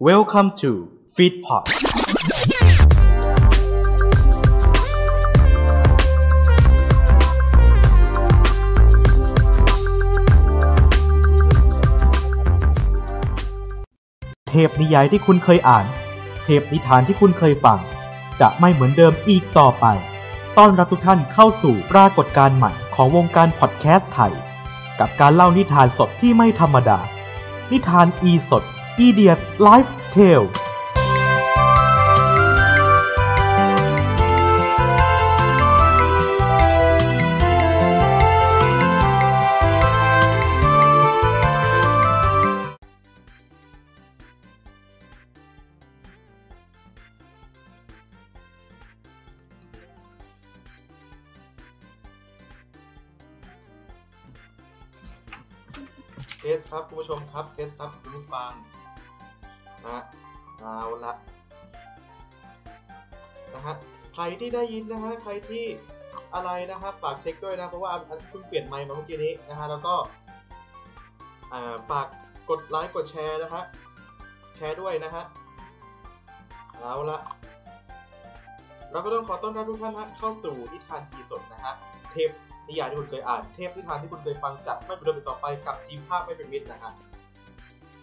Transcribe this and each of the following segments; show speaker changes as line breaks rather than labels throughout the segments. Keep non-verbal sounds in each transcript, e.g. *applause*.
Welcome to Feedpot เทพนิยายที่คุณเคยอ่าน เทพนิทานที่คุณเคยฟัง จะไม่เหมือนเดิมอีกต่อไป ต้อนรับทุกท่านเข้าสู่ปรากฏการณ์ใหม่ของวงการพอดแคสต์ไทย กับการเล่านิทานสดที่ไม่ธรรมดา นิทานอีสด อีเดียสไลฟ์เทล เทสครับคุณผู้ชมครับเทสครับคุณผู้ฟังนะเอาละนะฮะใครที่ได้ยินนะฮะใครที่อะไรนะฮะฝากเช็คด้วยนะเพราะว่าอันอันเพิ่งเปลี่ยนไมค์มาเมื่อกี้นี้นะฮะแล้วก็อ่าฝากกดไลค์กดแชร์นะฮะแชร์ด้วยนะฮะเอาละเราก็ต้องขอต้อนรับทุกท่านนะเข้าสู่นิทานกีสดนะฮะเทป นิยายที่คุณเคยอ่านเทพนิทานที่คุณเคยฟังจากไม่เป็นเรื่องอีกต่อไปกับทีมภาคไม่เป็นมิตรนะฮะ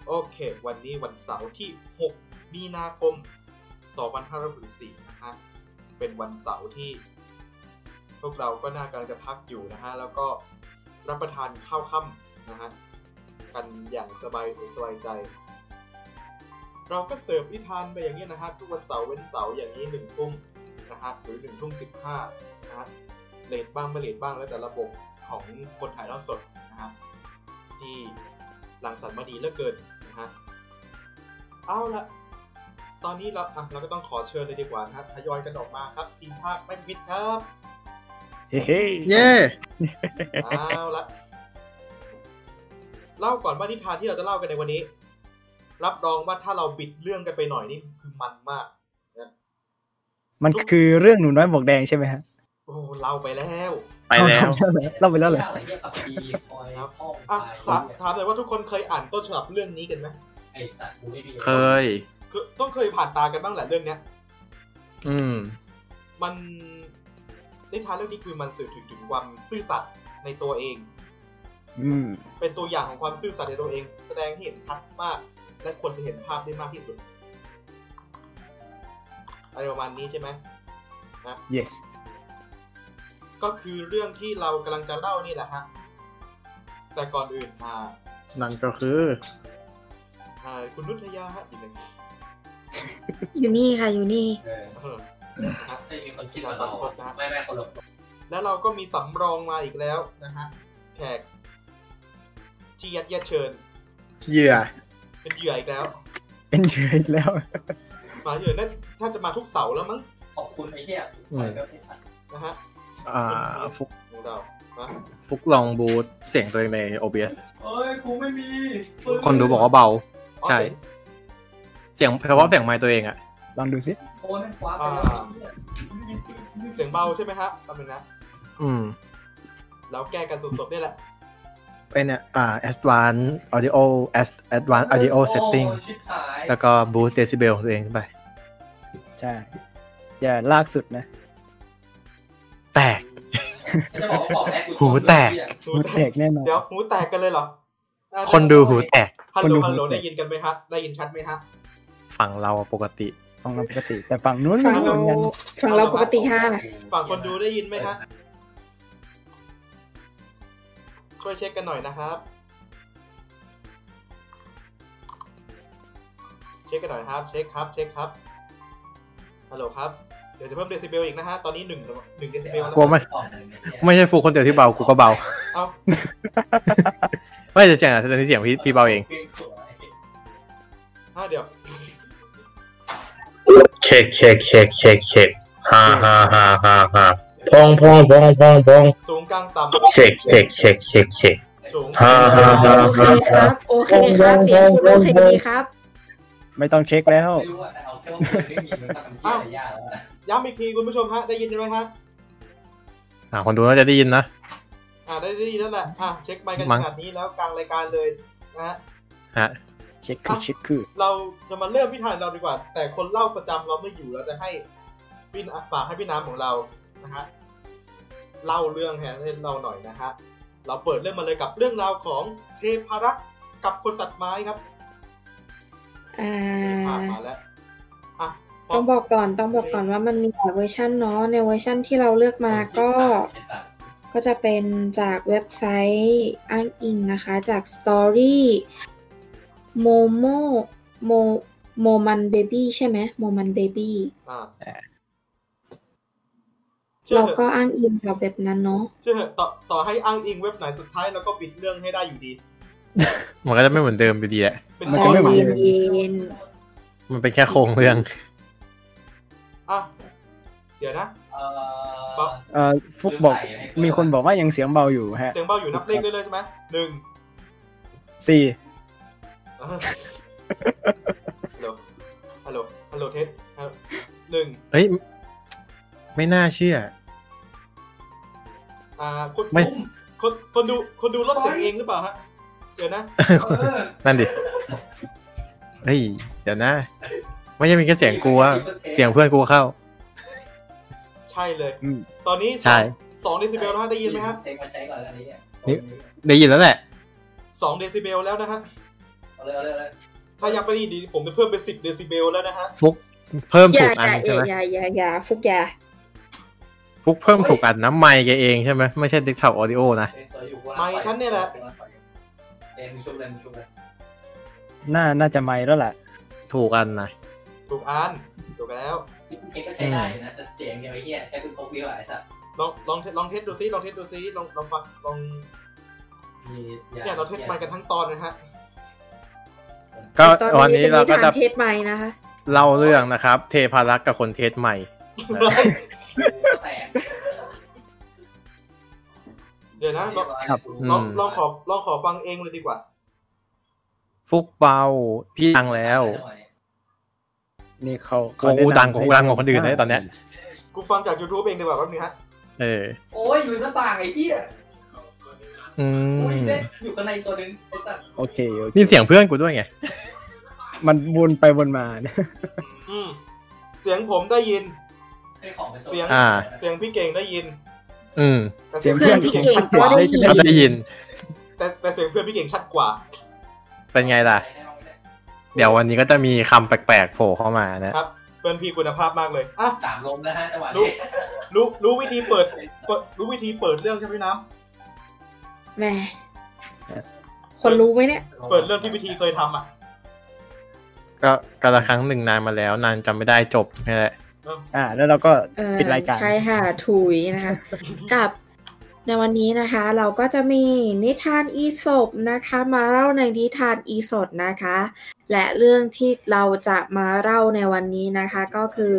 โอเค วันนี้วันเสาร์ที่ 6 มีนาคม 2564นะฮะเป็นวันเสาร์ที่ พวกเราก็น่ากำลังจะพักอยู่นะฮะแล้วก็รับประทานข้าวค่ำนะฮะกันอย่างสบายอกสบายใจ เราก็เสิร์ฟนิทานไปอย่างนี้ยนะฮะทุกวันเสาร์เว้นเสาร์อย่างนี้หนึ่งทุ่มนะฮะหรือหนึ่งทุ่มสิบห้านะฮะ เลทบ้างไม่เลทบ้างแล้วแต่ระบบของคนถ่ายทอดสดนะฮะที่รังสรรค์มาดีเหลือเกินนะฮะเอาละตอนนี้เราอ่ะเราก็ต้องขอเชิญเลยดีกว่านะฮะทยอยกันออกมาครับทีมภาคไม่มิดครับ
เฮ้เฮ้
เย่
เอาละเล่าก่อนว่านิทานที่เราจะเล่ากันในวันนี้ รับรองว่าถ้าเราบิดเรื่องกันไปหน่อยนี่คือมันมาก
มันคือเรื่องหนูน้อยหมวกแดงใช่ไหมฮะ
โอ้เล่าไปแล้ว
ไปแล้ว
เล่าไปแล้วเหรอ
อะไรเงี้ยกับปีคอยพ่อง
อ่ะ
ตาย
ถามถามเลยว่าทุกคนเคยอ่านต้นฉบับเรื่องนี้กันไหม
ไอสัตว์กูไม่มี
เคย
คือต้องเคยผ่านตากันบ้างแหละเรื่องเนี้ย
อืม
มันนิทานเรื่องนี้คือมันสื่อถึงถึงความซื่อสัตย์ในตัวเอง
อืม
เป็นตัวอย่างของความซื่อสัตย์ในตัวเอง แสดงให้เห็นชัดมาก และควรจะเห็นภาพได้มากที่สุดอะไรประมาณนี้ใช่ไหม
yes
ก็คือเรื่องที่เรากำลังจะเล่านี่แหละฮะ แต่ก่อนอื่นอ่า
นั่นก็คือ
อ่าคุณนุชยาฮะอีกหนึ่ง *laughs*
อยู่นี่ค่ะอยู่นี่
เออ
เออฮะ
ไม่มีคนคิดว่าเราไม่แม่คนละคน
แล้วเราก็มีสำรองมาอีกแล้วนะฮะแขกที่ยัดเยียดเชิญ
เหยื่อ
เป็นเหยื่ออีกแล้ว
เป็นเหยื่ออีกแล้ว
มาเหยื่อนั่นถ้าจะมาทุกเสาร์แล้วมั้ง
ขอบคุณไอ้เหี้ยคอยแบบไอสัตว์
นะฮะ
อ่าฟุก
ของเราฮะ
ฟุกลองบูทเสียงตัวเองใน OBS
เอ้ยกูไม่มี
คนดูบอกว่าเบา ใช่
อ๋อเห็น
เสียงเพราะว่าเสียงไมค์ตัวเองอะ
ลองดูสิ
โอ้นั่นคว้าไปแล้ว
เสียงเบาใช่ไหมฮะแป๊บนึงนะ
อืม
เราแก้กันสดๆนี่แหละ
ไอเนี่ยอ่า advanced audio Ad- advanced audio setting
ชิบหาย
แล้วก็บูทเดซิเบลของตัวเองขึ้นไป
ใช่ อย่าลากสุดนะ
แตก
จะบอกว่าบอกแรกกู
หูแตกแน่นอน
เดี๋ยวหูแตกกันเลยเหรออ่ะ
คนดูหูแตก
ฮัล
คน
โหล
ดู
ฮัลโหล
หูแตก
ได้ยินกันไหมฮะ ได้ยินชัดไหมฮะ
ฝั่งเราอะปกติ
ฟังเราปกติ แต่ฝั่งนู้น
ฝั่ง
ไม่เหมื
เรา
อนกัน
ฝั่งเราปกติค่ะนะ
ฝั่งคนดูได้ยินไหมฮะ ช่วยเช็คกันหน่อยนะครับ เช็คกันหน่อยครับ เช็คครับ เช็คครับ ฮัลโหลครับ เดี๋ยวจะเพิ่มเดซิเบลอีกนะฮะ ตอนนี้หนึ่งหนึ่งเดซิเบลแล้ว
กลัวไหม ไม่ใช่ฟุกคนเดียวที่เบา กูก็เบา
เอ้า
ไม่ใช่เสียงอะแต่เสียงพี่พี่เบาเอง
ห้าเดี๋ยว
เช็คเช็คเช็คเช็คเช็คฮ่าฮ่าฮ่าฮ่าฮ่าพองพองพองพองพอง
สูงกลางต่
เช็คเช็คเช็คเช็คเช็
ำ
ค
สูง
ฮ่าฮ่าฮ่า
โอเคครับ โอเคครับเสียงคุณโอเคดีครับ
ไม่ต้องเช็คแล้ว
ไม่รู้อะแต่เอาแค่ว่ากูไม่มีมันทำที่อะไรยากแล้ว
ย้ำอีกทีคุณผู้ชมฮะ ได้ยินไหมฮะ
อ่าคนดูน่าจะได้ยินนะ
อ่าได้ได้ยินแล้วแหละอ่ะเช็คไมค์กัน
มั้
ข
ง
นาดนี้แล้วกลางรายการเลยนะฮะ
ฮะ
ช็คคือเช็คคือ
เราจะมาเริ่มพิธานเราดีกว่า แต่คนเล่าประจำเราไม่อยู่เราจะให้พี่น้ำฝากให้พี่น้ำของเรานะฮะเล่าเรื่องแทนให้เราหน่อยนะฮะเราเปิดเรื่องมาเลยกับเรื่องราวของเทพารักษ์กับคนตัดไม้ครับ
อ่า
ผ่านมาแล้วอ่ะพ
ต้องบอกก่อนต้องบอกก่อนว่ามันมีหลายเวอร์ชันเนาะในเวอร์ชันที่เราเลือกมาก็ ก็จะเป็นจากเว็บไซต์อ้างอิงนะคะ จาก Story Momo Mo Moman Baby ใช่ไหม Moman Baby
อ่ะ
เราก็อ้างอิงจากเว็บนั้นเนาะ
เชื่อเถอะต่อต่อให้อ้างอิงเว็บไหนสุดท้ายเราก็ปิดเรื่องให้ได้อยู่ดี
มันก็จะไม่เหมือนเดิมอยู่ดีแหละ
เป็น
มัน
ต
จะ
อน
ไม่เหมือน
ใจ
เดิม
เย็น
มันเป็นแค่โครงเรื่อง
อ่ะเดี๋ยวนะ
เอ่
ป๊
อ
อป
เอ่อฟุกบอก มีคนบอกว่ายังเสียงเบาอยู่ฮะ
เสียงเบาอยู่นับเลขได้เลยใช่ไหมหนึ่ง *laughs*
สี่
อ่ะฮัลโหล ฮัลโหล ฮัลโหลเทสฮัลโหลหนึ่ง
เฮ้ย ไม่น่าเชื่อ
อ่า คน
ไม่
อุ้มคนคนดู คนดูลดเสียงเองหรือเปล่าฮะ เดี๋ยวนะ
เออ
นั่นดิ เฮ้ย เดี๋ยวนะ ไม่ใช่มีแค่เสียงกูว่าเสียงเพื่อนกูเข้า
ใช่เลย
อืม
ตอนนี้
ใช่
สองเดซิเบลนะฮะได้ยินไหมฮะ
เทคมาใช้ก่อนอันนี้เนี่ย
นี่ ได้ยินแล้วแหละ
สองเดซิเบลแล้วนะฮะ
เอาเลยเอาเลยเอาเลย
ถ้ายังไม่ได้ยินดีผมจะเพิ่มเป็นสิบเดซิเบลแล้วนะฮะ
เพิ่ม
อย่า
ถูกอัน
อ
ใช่
ย่า
ไหม
อย่าอย่าอย่าฟุกอย่า
ฟุกเพิ่มถูกอันน้ำไมค์แกเองใช่ไหมไม่ใช่ดิกทับออดิโอนะ
เอ็นตัวอยู่ข้าง
ไม่ฉันเนี่ยแหละ
เอ็นมึงชุบเลยมึงชุบเลย
น่าน่าจะไม่แล้วล่ะ
ถูกอันนะ
ถูกอันถูกแล้ว
นี่กูเก็ตก็ใช้ได้อยู่นะแต่เสียงเดียวไอ้เหี้ยใช้คุณพกเดียวอะไอ้สัส
ลองลองเทสลองเทสดูซิ ลองเทสดูซิ ลองลองฟังลอง
มี
เนี่ยเราเทสไปกันทั้งตอนนะฮะ
ก็
ตอน
วัน
นี้
นี้
เป็น
เรา
นิ
ก็
ทา
จะ
นเทศใหม่นะคะ
เล่าเรื่องนะครับ เทพารักษ์กับคนเทศใหม่
ก็แตก
เดี๋ยวนะลอง
ครับ
ลอง
อืม
ลองขอลองขอฟังเองเลยดีกว่า
ฟุกเบา พี่ดังแล้ว
นี่เขา
กูดังกว่ากูดังกว่าคนอื่นเลยตอนเนี้ย
กูฟังจาก YouTube เองดีกว่าแป๊บนึงฮะ
เออ
โอ้ยลืมหน้าต่างไอ้เหี้ย
อื
โอ้ย
ม
เล่นอยู่ข้างในตัวนึงไอ้สัส
โอเคโอเค
นี่เสียงเพื่อนกูด้วยไง
มันวนไปวนมานะ *laughs*
อืม เสียงผมได้ยิน
ไอ้ของเป็นตัว
เสียง
อ่า
เสียงพี่เก่งได้ยิน
อืม
แต่
เสียงเพื่อนพี่เก่งชัดกว่า
ได้ยิน
ก็ได้ยิน
แต่แต่เสียงเพื่อนพี่เก่งชัดกว่า
เป็นไงล่ะ เดี๋ยววันนี้ก็จะมีคำแปลกๆโผล่เข้ามานะ
ครับ เพื่อนพี่คุณภาพมากเลย อ่ะ
สามลมนะฮะจังหวะ
รู้
นี้
รู้ รู้วิธีเปิดเปิดรู้วิธีเปิดเรื่องใช่ไหมน้
แหมคนรู้ไหมเนี่ย
ำเปิดเรื่องที่วิธีเคยทำอ่ะ
ก็กาละครั้งหนึ่งนานมาแล้วนานจำไม่ได้จบแค่นั้นแหละ
อ่า แล้วเราก็
เอ่อ
ปิดรายการ
ใช่ค่ะถุยนะคะ กับในวันนี้นะคะ เราก็จะมีนิทานอีสปนะคะ มาเล่าในนิทานอีสดนะคะ และเรื่องที่เราจะมาเล่าในวันนี้นะคะ ก็คือ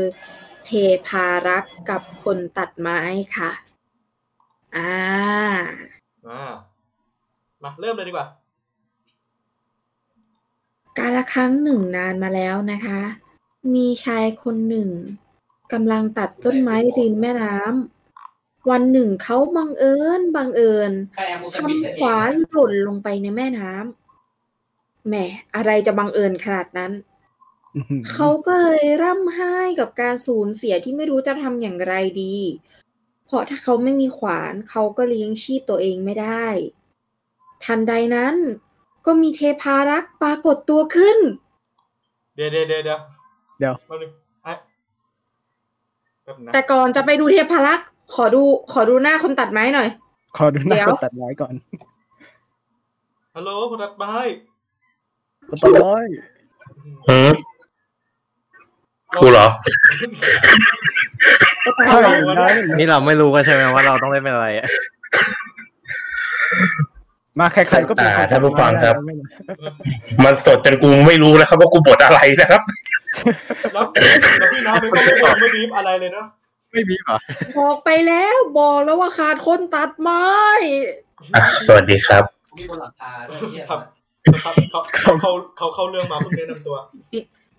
เทพารักษ์กับคนตัดไม้ค่ะอ่า
อ่ามาเริ่มเลยดีกว่า
กาลครั้งหนึ่งนานมาแล้วนะคะ มีชายคนหนึ่งกำลังตัดต้นไม้ริมแม่น้ำวันหนึ่งเขาบังเอิญบังเอิญ
ใครเอามือ
ค
กันบิดนั่น
ำ
เอ
ข
ง
วาหล่นลงไปในแม่น้ำแหมอะไรจะบังเอิญขนาดนั้น เขาก็เลยร่ำไห้กับการสูญเสียที่ไม่รู้จะทำอย่างไรดี เพราะถ้าเขาไม่มีขวานเขาก็เลี้ยงชีพตัวเองไม่ได้ ทันใดนั้น ก็มีเทพารักษ์ปรากฏตัวขึ้น
เดี๋ยวเดี๋ยวเดี๋ยวเดี๋ยว
เดี๋ยว
แป๊บนึงไอ้แป๊บนะ
แต่ก่อนจะไปดูเทพารักษ์ขอดูขอดูหน้าคนตัดไม้หน่อย
*laughs* ขอดูหน้า
เดี๋ยว
คนตัดไม้ก่อน
ฮัลโหลคนตัดไม้
คนตัดไม้
หืมกูเหรอ
ใช่นั้น
นี่เราไม่รู้กันใช่ไหมว่าเราต้องเล่นเป็นอะไรอะ
มาใครๆก็เป็น
อ่า
คนตัดไม้
ท่านผู้ฟังครับ
ได้นะ
มันสดจนกูไม่รู้แล้วครับว่ากูบทอะไรนะครับ
แล้วแล้วพี่น้ำไม่ต้องไม่บอกไม่บีบอะไรเลยเนอะ
ไม่มีเหรอ
บอกไปแล้วบอกแล้วว่าขาดคนตัดไม้
อ่ะ สวัสดีครับ
มีบนหลังคาด้วยไอ้เหี้ย
ครับ นะครับเขาเขาเขาเขาเข้าเรื่องมาเพิ่งแนะนำตัว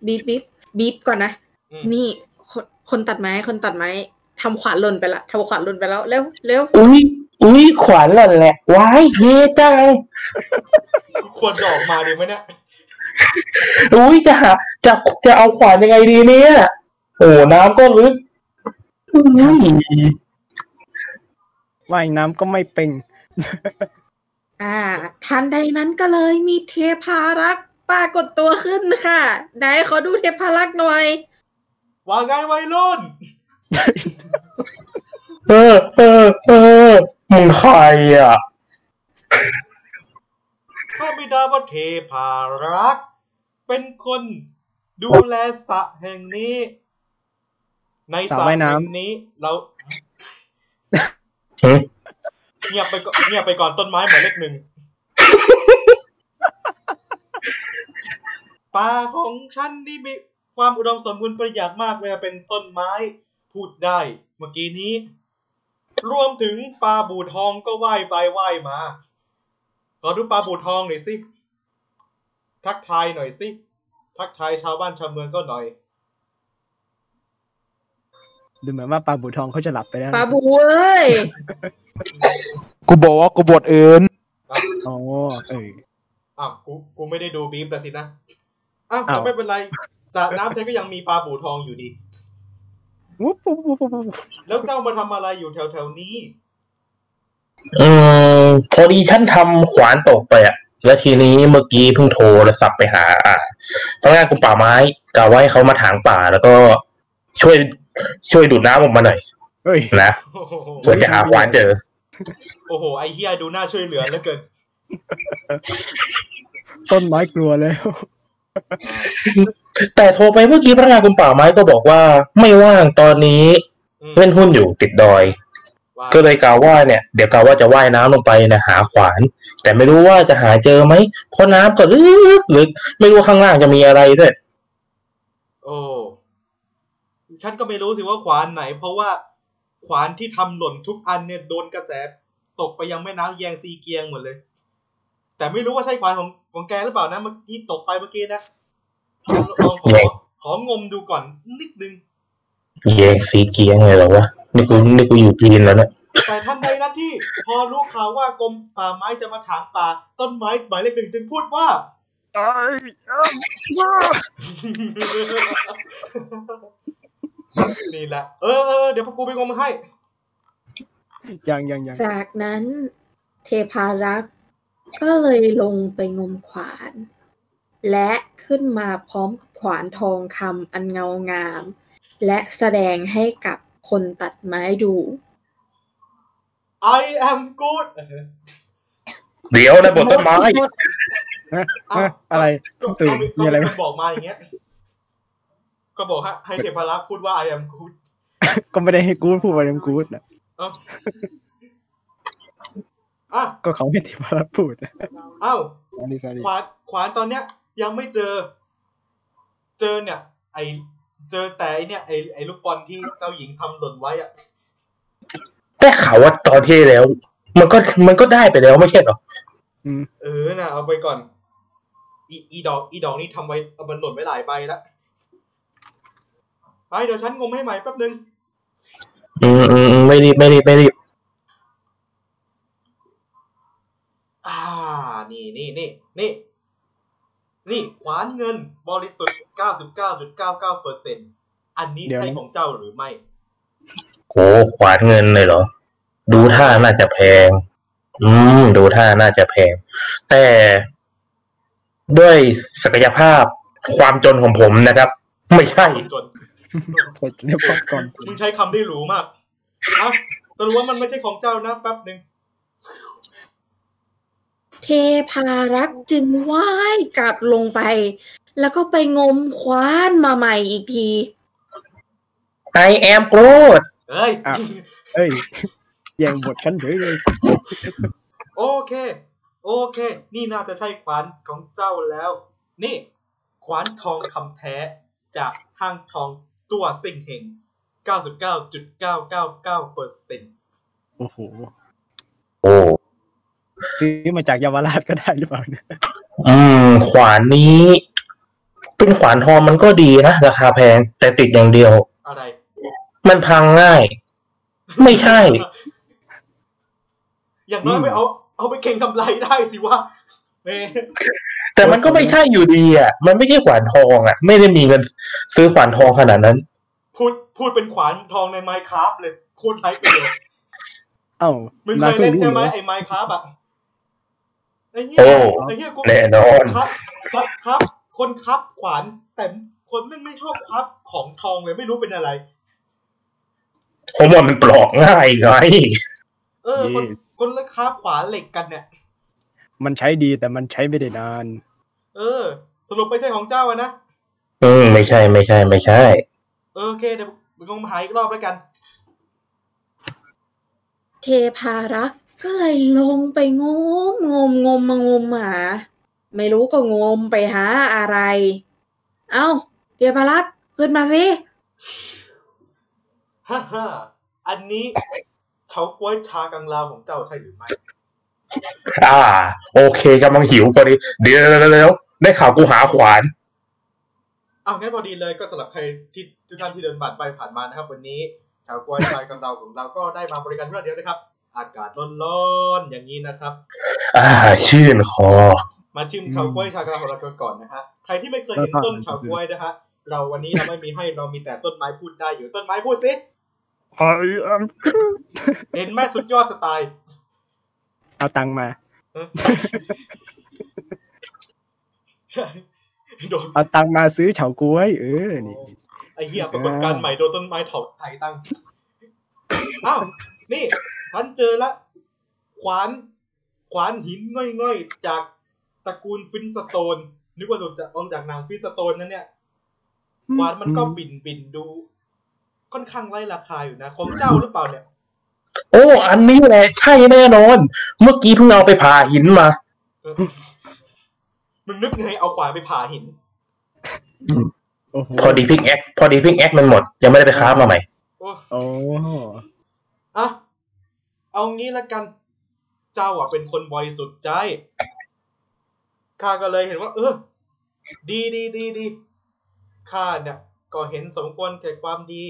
บีบบีบบีบก่อนนะ
อืม
นี่คนคนตัดไม้คนตัดไม้ทำขวานหล่นไปละทำขวานหล่นไปแล้วเร็วเร็ว
อุ้ยอุ้ยขวานหล่นแหละว้ายเย่จัง
ควรจะออกมาดีไหมเนี่ย
อุ้ยจะหาจะจะเอาขวานยังไงดีเนี่ย โอ้น้ำก็ลึกอุ้ย
ว่ายน้ำก็ไม่เป็น
อ่า ทันใดนั้นก็เลยมีเทพารักษ์ปรากฏตัวขึ้นค่ะ ไหนขอดูเทพารักษ์หน่อย
ว่าไงวัยรุ่น
เออเออเออมึงใครอ่ะ
พระบิดาประเทพารักษ์เป็นคนดูแลสระแห่งนี้ ในส
ส
ระ
ระว่ายน้ำ
แห่งนี้ เรา
หึ
เงียบไปก่อนเงียบไปก่อนต้นไม้หมายเลขหนึ่งป่าของฉันนี่มีความอุดมสมบูรณ์ประหยัดมากเวลาเป็นต้นไม้พูดได้เมื่อกี้นี้ รวมถึงปลาบูทองก็ว่ายไปว่ายมา ขอดูปลาบูทองหน่อยสิ ทักทายหน่อยสิ ทักทายชาวบ้านชาวเมืองก็หน่อย
ดูเหมือนว่าปลาบูทองเขาจะหลับไปแล้ว
ปาบูเอ้ย
กูบอกว่ากูบวชอื่น
โอ้เออ
อ้าว กู กูไม่ได้ดูบีฟแล้วสินะ อ้าว
อ้าว
ก็ไม่เป็นไรสระน้ำฉันก็ยังมีปลาบูทองอยู่ดี
วุ๊บวุ๊บวุ๊บวุ๊บวุ๊บ
แล้วเจ้ามาทำอะไรอยู่แถวแถวๆนี้
อืมพอดีฉันทำขวานตกไปอ่ะ แล้วทีนี้เมื่อกี้เพิ่งโทรศัพท์ไปหา อ่าทำงานกลุ่มป่าไม้กะไว้ให้เขามาถางป่า แล้วก็ช่วยช่วยดูดน้ำออกมาหน่อย
เฮ้ย
นะ
โอ้โห
เพื่อจะหาขวานเจอ
โอ้โห ไอเฮียดูน่าช่วยเหลือเหลือเกิน
ต้นไม้กลัวแล้ว
แต่โทรไปเมื่อกี้พนักงานกลุ่มป่าไม้ก็บอกว่า ไม่ว่างตอนนี้
อืม
เล่นหุ้นอยู่ติดดอย
ว่า
ก็เลยกล่าวว่าเนี่ยเดี๋ยวกล่าวว่าจะว่ายน้ำลงไปนะหาขวาน แต่ไม่รู้ว่าจะหาเจอไหมเพราะน้ำก็ลึกลึกไม่รู้ข้างล่างจะมีอะไรด้วย
โอ้ ฉันก็ไม่รู้สิว่าขวานไหน เพราะว่าขวานที่ทำหล่นทุกอันเนี่ยโดนกระแส ตกไปยังแม่น้ำแยงซีเกียงหมดเลย แต่ไม่รู้ว่าใช่ขวานของของแกหรือเปล่านะเมื่อกี้ตกไปเมื่อกี้นะฉันลองขอของมดูก่อนนิดนึง
แยงสีเกียงเลยเหรอวะนี่กูนี่กูอยู่จีนแล้วเนี่ย
แต่ท่านใดนั้นที่ พอรู้ข่าวว่ากรมป่าไม้จะมาถางป่า ต้นไม้หมายเลขหนึ่งจึงพูดว่า นี่แหละ เออเออเดี๋ยวพวกกูไปงมให้
*laughs* ยังยังยัง
จากนั้นเทพารักษ์ก็เลยลงไปงมขวาน และขึ้นมาพร้อมกับขวานทองคำอันเงางาม และแสดงให้กับคนตัดไม้ดู
I am good
เดี๋ยวนะบนต้นไม้
เอ้ยอะไร
ก็
ตื่นมีอะไรไหม
ก็บอกมาอย่างเงี้ย ก็บอกฮะให้เทพารักษ์พูดว่า I am good
ก็ไม่ได้ให้กูดพูดไปเรื่องกูดนะ
อ่ะ
ก็เขาไม่ได้มารับพูดนะ
เอ้า
อันนี้สวัสดี
ขวานขวานตอนเนี้ย ยังไม่เจอ เจอเนี่ย ไอเจอแต่ไอเนี่ยไอไอลูกบอลที่เจ้าหญิงทำหล่นไว้อะ
แต่ข่าวว่าตอนที่แล้ว มันก็มันก็ได้ไปแล้วไม่ใช่เหรอ
เออน่ะเอาไปก่อน อีอีดอก อีดอกนี่ทำไว้เอามันหล่นไว้หลายใบละไปเดี๋ยวฉันงมให้ใหม่แป๊บนึง
อืมอืมอืมไม่รีบไม่รีบไม่รีบ
อ่า นี่นี่นี่นี่นี่ขวานเงิน บริสุทธิ์เก้าสิบเก้าจุดเก้าเก้าเปอร์เซ็นอันนี้ใช่ของเจ้าหรือไม่
โอ้ขวานเงินเลยเหรอ ดูท่าน่าจะแพง อืมดูท่าน่าจะแพง แต่ด้วยศักยภาพความจนของผมนะครับ ไม่ใช่
จน
กดเรียบร้อยก่อน
มึงใช้คำได้หรูมากอ่ะแต่รู้ว่ามันไม่ใช่ของเจ้านะแป๊บหนึ่ง
เทพารักษ์จึงว่ายกลับลงไป แล้วก็ไปงมขวานมาใหม่อีกที
I am good
เอ้ย
อ่ะ เอ้ยแย่งบทฉันเฉยเลย
โอเค โอเค นี่น่าจะใช่ขวานของเจ้าแล้ว นี่ ขวานทองคำแท้จากห้างทองตัวสิ่งเฮง99.999เปอร์เซ็นต์
โอ้โห
โอ้
ซื้อมาจากเยาวราชก็ได้หรือเปล่าเนี่ย
อืม ขวานนี้ เป็นขวานทองมันก็ดีนะ ราคาแพง แต่ติดอย่างเดียว
อะไร
มันพังง่าย ไม่ใช่
อย่างน้อยไปเอา เอาไปเก่งกำไรได้สิวะ นี่
แต่มันก็ไม่ใช่อยู่ดีอ่ะ มันไม่ใช่ขวานทองอ่ะ ไม่ได้มีเงินซื้อขวานทองขนาดนั้น
พูดพูดเป็นขวานทองในไมค์ค a า t เลยพูดไทยไปเลย
เอ้า
มึง
นา
เคย
พิ่
เล่น
รู้
ใช่ไหม
รอ
ไอ้ไมค์ค a า t อ่ะไอ้เหี้ย
โอ้
ไอ้เหี้ยกู
แน่นอน
ครับครับครับ คนครับขวานแต่คนไม่งไม่ชอบครับของทองเลยไม่รู้เป็นอะไร
ผมว่ามันปลอกง่ายไง
เออ คน
Yes
คนละครับขวานเหล็กกันเนี่ย
มันใช้ดีแต่มันใช้ไม่ได้นาน
เออ สรุปไม่ใช่ของเจ้าอะนะ
อืมไม่ใช่ไม่ใช่ไม่ใช่
เออโอเคเดี๋ยวมึงลองมาหาอีกรอบแล้วกัน
เทพารักษ์ก็เลยลงไปงมงมงมมางมหา ไม่รู้ก็งมไปหาอะไร เอ้าเทพารักษ์ขึ้นมาสิ
ฮ่าฮ่าอันนี้เฉาก้วยชากังลาวของเจ้าใช่หรือไม่
อ่า โอเคกำลังหิวพอดี เดี๋ยวเดี๋ยวเดี๋ยวได้ข่าวกูหาขวาน
เอางั้นพอดีเลยก็สำหรับใครที่ทุกท่านที่เดินผ่านไปผ่านมานะครับ วันนี้ชาวกล้วยชายกำเราของเราก็ได้มาบริการเพื่อเดียวนะครับ อากาศร้อนๆอย่างนี้นะครับ
อ่า ชื่นคอ
มาชิมชาวกล้วยชาวกำเราของเรากันก่อนนะฮะใครที่ไม่เคยเห็นต้นชาวกล้วยนะฮะเราวันนี้เราไม่มีให้เรามีแต่ต้นไม้พูดได้อยู่ต้นไม้พูดสิเห็นแม่สุดยอดสไตล์
เอาตังค์มา
*laughs* โดน
เอาตังค์มาซื้อเฉาก๊วยเออนี่
ไอ้เหี้ยปรากฏการณ์ใหม่โดนต้นไม้เถาไถตั้งอ้าวนี่ฉันเจอละขวานขวานหินง่อยๆจากตระกูลฟินสโตน นึกว่าจะออกจากนางฟินสโตนนั่นเนี่ย ขวานมันก็บินบินดู ค่อนข้างไร้ราคาอยู่นะ ของเจ้าหรือเปล่าเนี่ย
โอ้ อันนี้แหละใช่แน่นอน เมื่อกี้เพิ่งเอาไปผ่าหินมา
มึงนึกไงเอาขวานไปผ่าหิน
โอ้โห
พอดีพิกแอคพอดีพิกแอคมันหมด ยังไม่ได้ไปค้ามาใหม่
โอ้
โอ้
อะเอางี้ละกัน เจ้าอ่ะเป็นคนบริสุทธิ์ใจ ข้าก็เลยเห็นว่า เออ ดีดีดีดี ข้าเนี่ย ก็เห็นสมควรแก่ความดี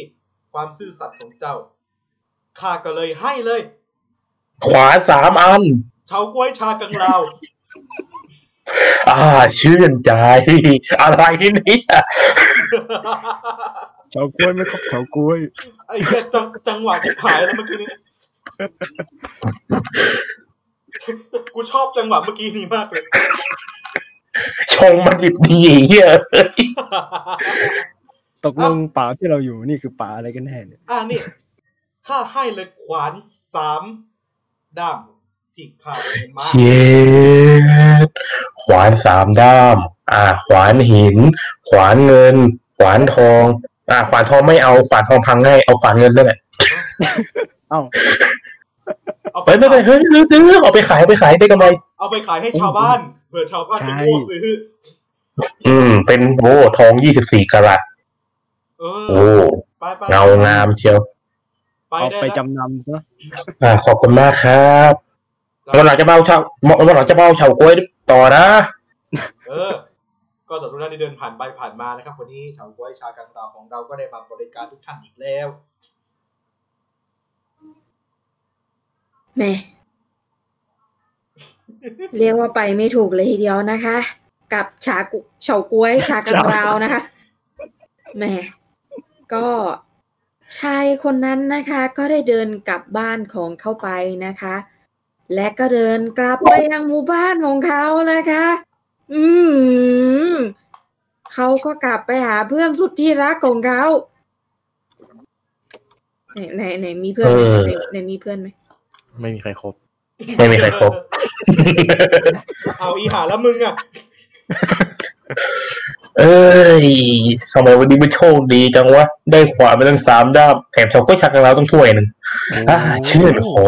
ความซื่อสัตย์ของเจ้า ข้าก็เลยให้เลย
ขวานสามอัน
เฉากล้วยชากังลาว
อ่า ชื่นใจ อะไรเนี่ย
เฉาก๊วยไม่ครบเฉาก๊วย
ไอ้เหี้ยจังจังหวะชิบหายแล้วเมื่อกี้นี้ กูชอบจังหวะเมื่อกี้นี้มากเลย
ชงมันดิบดีเฮีย
ตกลงป่าที่เราอยู่นี่คือป่าอะไรกันแน่เนี่ย
อ่านี่ข้าให้เลยขวานสามด้ามที่ข้าเอามา
เย็ดขวานสามด้าม อ่า ขวานหิน ขวานเงิน ขวานทอง อ่า ขวานทองไม่เอา ขวานทองพังง่าย เอาขวานเงินด้วยแหละ
เอ้า
เอาไป
เฮ้ยไม่เป็นไรเฮ้ยดื้อดื้อเอาไปขายเอาไปขายได้กำไร
เอาไปขายให้ชาวบ้านเผื่อชาวบ้านจะโง่ซื้อ
อืม เป็นโอ้ทองยี่สิบสี่กะรัต
เอ
โอ้
อไปไป
เงางามเชียว
ไป
เอา
ได้
ไป
แล้ว
จำนำซะ
อ่า ขอบคุณมากครับวันหลังจะเบ้าเช่าวันหลังจะเบ้าเช่ากล้วยต่อนะ
เออ ก็สำหรับทุกท่านที่เดินผ่านไปผ่านมานะครับวันนี้ชาวก้อยชาวกังดาวของเราก็ได้มาบริการทุกท่านอีกแล้ว
แหม่ เรียกว่าไปไม่ถูกเลยทีเดียวนะคะ กับชากุเฉาก้วยชากันราวนะคะแหม่ ก็ชายคนนั้นนะคะ ก็ได้เดินกลับบ้านของเขาไปนะคะ และก็เดินกลับไปยังหมู่บ้านของเขานะคะ อืมเขาก็กลับไปหาเพื่อนสุดที่รักของเขาไหนไหนไหนมีเพื่อนไหม
เออ
ไหนไหนมีเพื่อนไหม
ไม่มีใครครบ
ไม่มีใครครบ
เอาอีหาแล้วมึงอ่ะ
เอ้ยทำไมวันนี้มันโชคดีจังวะ ได้ขวานไปตั้งสามด้ามแถมเฉาก้วยชักกันแล้วต้องถ้วยหนึ่งอ่าชื่นคอ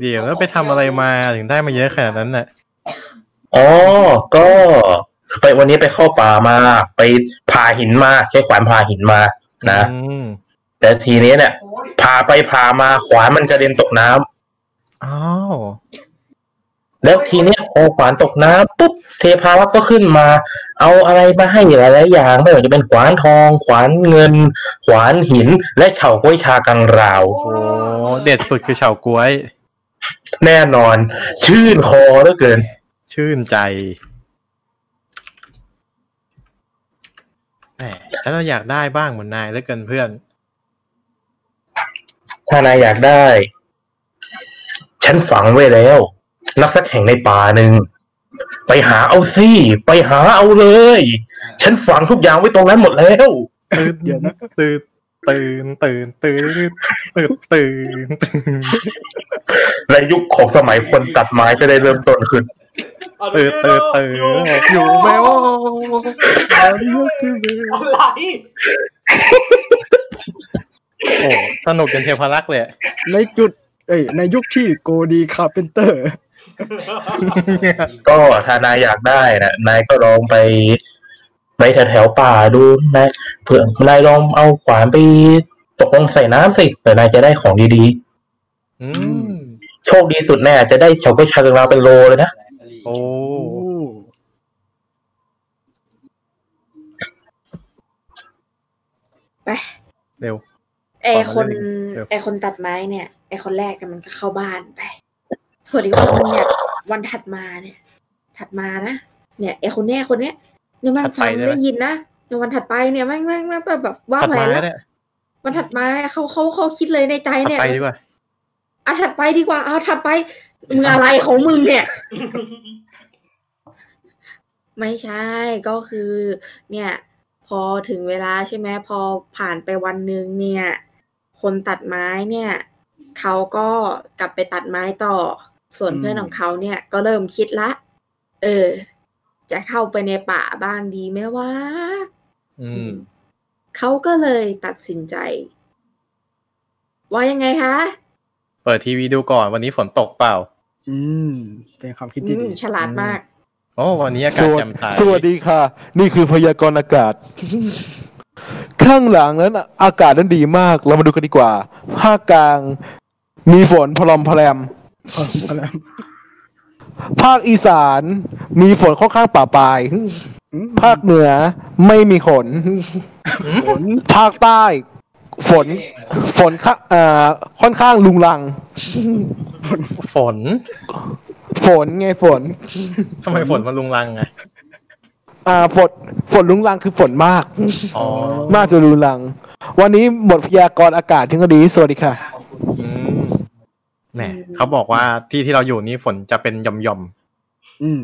เดี๋ยวแล้วไปทำอะไรมาถึงได้มาเยอะขนาดนั้นน่ะ
อ๋อ ก็ ไปวันนี้ไปเข้าป่ามา ไปผ่าหินมาใช้ขวานผ่าหินมา นะ
อืม
แต่ทีนี้เนี่ยผ่าไปผ่ามาขวานมันกระเด็นตกน้ำ
อ้าว
แล้วทีเนี้ยพอขวานตกน้ำปุ๊บเทพาวักก็ขึ้นมา เอาอะไรมาให้หลายๆอย่างไม่ว่าจะเป็นขวานทอง ขวานเงิน ขวานหิน และเฉาก้วยชากังราว
โอ้เด็ดสุดคือเฉาก๊วย
แน่นอน ชื่นคอเหลือเกิน
ชื่นใจแหมฉันก็อยากได้บ้างเหมือนนายเหลือเกินเพื่อน
ถ้านายอยากได้ ฉันฝังไว้แล้ว นักสักแห่งในป่าหนึ่ง ไปหาเอาสิไปหาเอาเลย ฉันฝังทุกอย่างไว้ตรงนั้นหมดแล้ว
ตื่น
เดี๋ยวนะ
ตื่นตื่นตื่นตื่นตื่นตื่นตื่น
และยุคของสมัยคนตัดไม้ก็ได้เริ่มต้นขึ้น
เอา
ตื่น
ดี๋
ตื่
ย
น
ว
ตื่น
เดี๋ยว
อยู่ไหมโอ้
อะไร
โหสนุกจนเทพารักษ์เลยอะ
ในจุดเอ้ยในยุคที่โกดีคาร์เพนเตอร์
ก็ถ้านายอยากได้นะนายก็ลองไป ไปแถวแถวๆป่าดูนายเผื่อนายลองเอาขวานไปตกลงใส่น้ำสิเผื่อนายจะได้ของดี
อืม
ๆ โชคดีสุดแน่อาจจะได้เฉาก๊วยชากังลาเป็นโลเลยนะ
โอ้
ไป
เร็ว
ไอคน
เดี๋ยว
ไอคนตัดไม้เนี่ยไอคนแรกน่ะมันก็เข้าบ้านไป ส่วนอีกคนนึงเนี่ยวันถัดมาเนี่ย ถัดมานะเนี่ยไอคนเนี้ยคนเนี้ยเนี่ยแม่งฟังได้ยินนะในวันถัดไปเนี่ยแม่งแม่งแม่งแบบแบบว่า
ถัด
แหว
มาน ก็
แล้ว
ได้
วันถัดมาเนี่ยเขาเขาเขาคิดเลยในใจ
ถัด
เนี่ย
ไปดีกว่า
อ่ะถัดไปดีกว่าเอาถัดไปมึงอะไรของมึงเนี่ย ไม่ใช่ก็คือ เนี่ย พอถึงเวลาใช่ไหมพอผ่านไปวันหนึ่งเนี่ย คนตัดไม้เนี่ยเขาก็กลับไปตัดไม้ต่อ ส่วนเพื่อน
อืม
ของเขาเนี่ยก็เริ่มคิดละ เออ จะเข้าไปในป่าบ้างดีไหมวะ
อืม
เขาก็เลยตัดสินใจ ว่ายังไงคะ
เปิดทีวีดูก่อนวันนี้ฝนตกเปล่า
อืม เป็นความคิด
อื
ที่
ม
ดี
ฉลาดมาก
โอ้วันนี้อากา
ส
ศ
วัส
แจ่มใส
สวัสดีค่ะ นี่คือพยากรณ์อากา
*laughs*
ศ ข้างหลังนั้นอากาศนั้นดีมาก เรามาดูกันดีกว่า ภาคกลาง มีฝนพรอมพรม
เออพอแล้ว
ภาคอีสาน มีฝนค่อนข้างป่าปลาย
อืม *laughs*
ภาคเหนือไม่มีฝ
*laughs*
น
ผล
ภาคใต้ ฝน ฝนค่าเอ่อค่อนข้างลุงลัง
ฝน
ฝนไงฝน
ทำไมฝนมันลุงรังไง
อ่าฝนฝนลุงลังคือฝนมาก
อ๋อ
มากจนลุงลัง วันนี้หมดพยากรณ์อากาศที่ก็ดีสวัสดีค่ะ
อืมแหมเขาบอกว่าที่ที่เราอยู่นี่ฝนจะเป็นหย่อม
อืม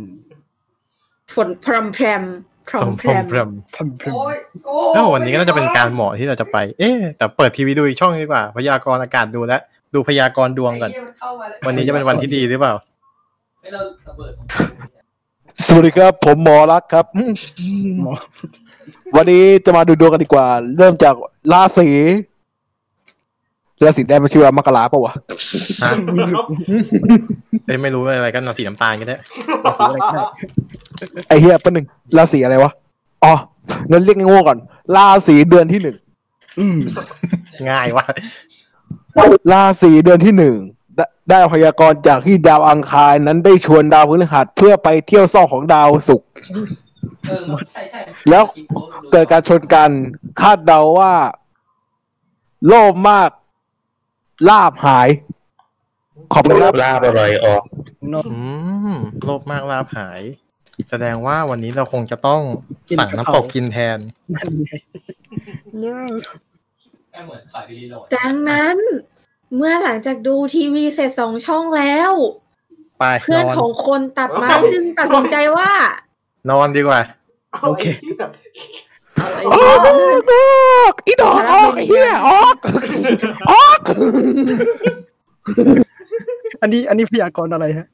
ฝนพรำแพรมพ
ๆสมพ
รำแพ
ร
ร
ม
ม
พรม
พัมพรึม
โอ้ยโอ้ย
แล้ววันนี้ก็น่าจะเป็นการเหมาะที่เราจะไป เอ๊ะแต่เปิดทีวีดูอีกช่องดีกว่า พยากรณ์อากาศดูแล้ว ดูพยากรณ์ดวงก่อน
ไเหี้ยมัเข้ามาแล้ว
วันนี้จะเป็นวันที่ดีหรือเปล่า
ไม่เราระเบิดของมันเนี่ย
สวัสดีครับ ผมหมอรักษณ์ครับอืม
หมอ *laughs*
วันนี้จะมาดูดวงกันดีกว่า เริ่มจากราศีราศีแดงมันชื่อว่ามกราปะวะ
ฮะ
ครับ
เอ้ยไม่รู้อะไรกันเอาสีน้ำตาลก็ได้
ตัดสินอะไรได้
ไอเฮียแปะหนึ่งราศีอะไรวะอ๋องั้นเรียกง่ายๆก่อน ราศีเดือนที่หนึ่ง
อืม
ง่ายว่ะ
ราศีเดือนที่หนึ่งได้ได้พยากรณ์จากที่ดาวอังคารนั้นได้ชวนดาวพฤหัสเพื่อไปเที่ยวซ่องของดาวศุกร์
เออใช่ใช่
แล้ว เกิดการชนกัน คาดเดาว่า โลภมาก ลาบหาย ขอบคุณครับ
ลาบอร่อยออก
นอก
อืมโลภมากลาภหาย แสดงว่าวันนี้เราคงจะต้องสั่งน้ำตกกินแทน
นั่นไง
แค่เหมือนขายไปรีโหลด
ดังนั้น เมื่อหลังจากดูทีวีเสร็จสองช่องแล้ว
ไป
เพื่อน
นอน
ของคนตัดไม้จึงตัดสินใจ *laughs* ว่า
นอนดีกว่า
โอเค
ออกออกอีดอกออกไอ้เฮียออกออก
อันนี้อันนี้พยากรณ์อะไรฮะ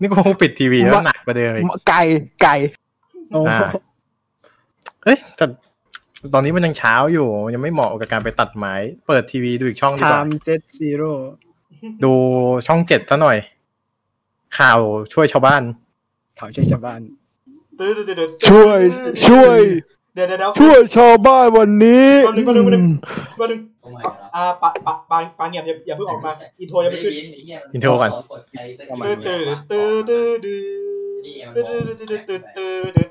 นี่ก็คงปิดทีวีแล้วหนักกว่าเดิมอีก
ไก่ไก่
โอ้
อ่า เอ้ยแต่ตอนนี้มันยังเช้าอยู่ ยังไม่เหมาะกับการไปตัดไม้เปิดทีวีดูอีกช่องดี
ไท
กว่า
ม์เจ็ดซีโร่
ดูช่องเจ็ดซะหน่อย ข่าวช่วยชาวบ้าน *laughs*
เขาช่วยชาวบ้าน
ตื้อเดี๋ยวเดี๋ยวเดี๋ยว
ช่วย ช่วย
เดี๋ยวเดี๋ยวเดี๋ยว
ช่วยชาวบ้านวันนี้
วันนี้วันนี้วันนี้ มาดู
ตรงไหนเหรอ
อ่าปะปะปางปางเงียบอย่าอย่าเพิ่งออกมา อินโทร
ไม่
ยังไม่
ได้
ขึ้น
ยินไอ้เหี้ยมั
อินโทรก่อน
กดใช้สัก
ประมาณ
ตื้อ
นี้
ตื้อตื้อตื้อตื้อตื้อตื้อตื้อตื้อตื้อตื้อ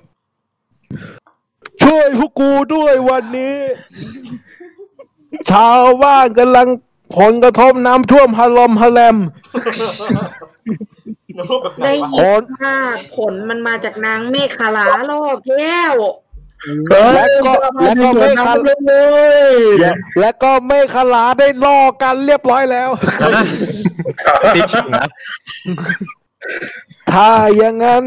ช่วยพวกกูด้วยวันนี้ ชาวบ้านกำลังผลกระทบน้ำท่วมฮาลอมฮาแลม
น น้ำท่วมแบบไหน
ได้
วะ
ยินว่าผลมันมาจากนางเมฆคลาโลกแก้ว
และก็และก็ไม่คา
เลย
และก็ไม่คลาได้ล่อกันเรียบร้อยแล้ว *laughs*
ติดฉิงนะ
ถ้าอย่างนั้น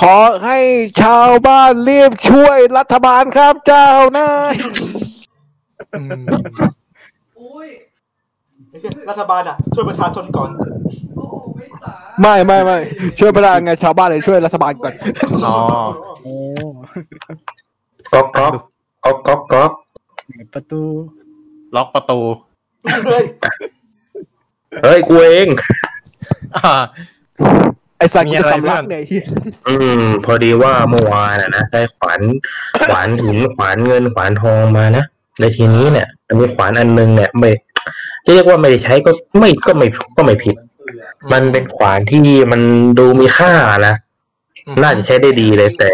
ขอให้ชาวบ้านรีบช่วยรัฐบาลครับเจ้านาย *laughs*
อุ้ย
ไอ้เหี้ยรัฐบาลอ่ะ ช่วยประชาชนก่อน
โอ้ไม่ตาย
ไม่ไม่ไม่ช่วยประดานไงชาวบ้านเลยช่วยรัฐบาลก่อน *laughs*
อ๋อ
โอ้
ก๊อกก๊อกก๊อกก๊อกก๊อก
เปิดประตู
ล็อกประตู *laughs*
เฮ้ย
เฮ้ยกูเอง
อ่า
ไอ้สัตว์กู
มีอะ
จะ
ไร
สำลัก
บ้าง
เนี่ยไอ้เหี้ย
อืม พอดีว่าเมื่อวานนะนะได้ขวาน ขวานหินขวานเงินขวานทองมานะในทีนี้เนี่ยมันมีขวานอันหนึงเนี่ยไม่จะเรียกว่าไม่ได้ใช้ก็ไม่ก็ไม่ก็ไม่ผิด มันเป็นขวานที่มันดูมีค่านะ
อืม
น่าจะใช้ได้ดีเลย แต่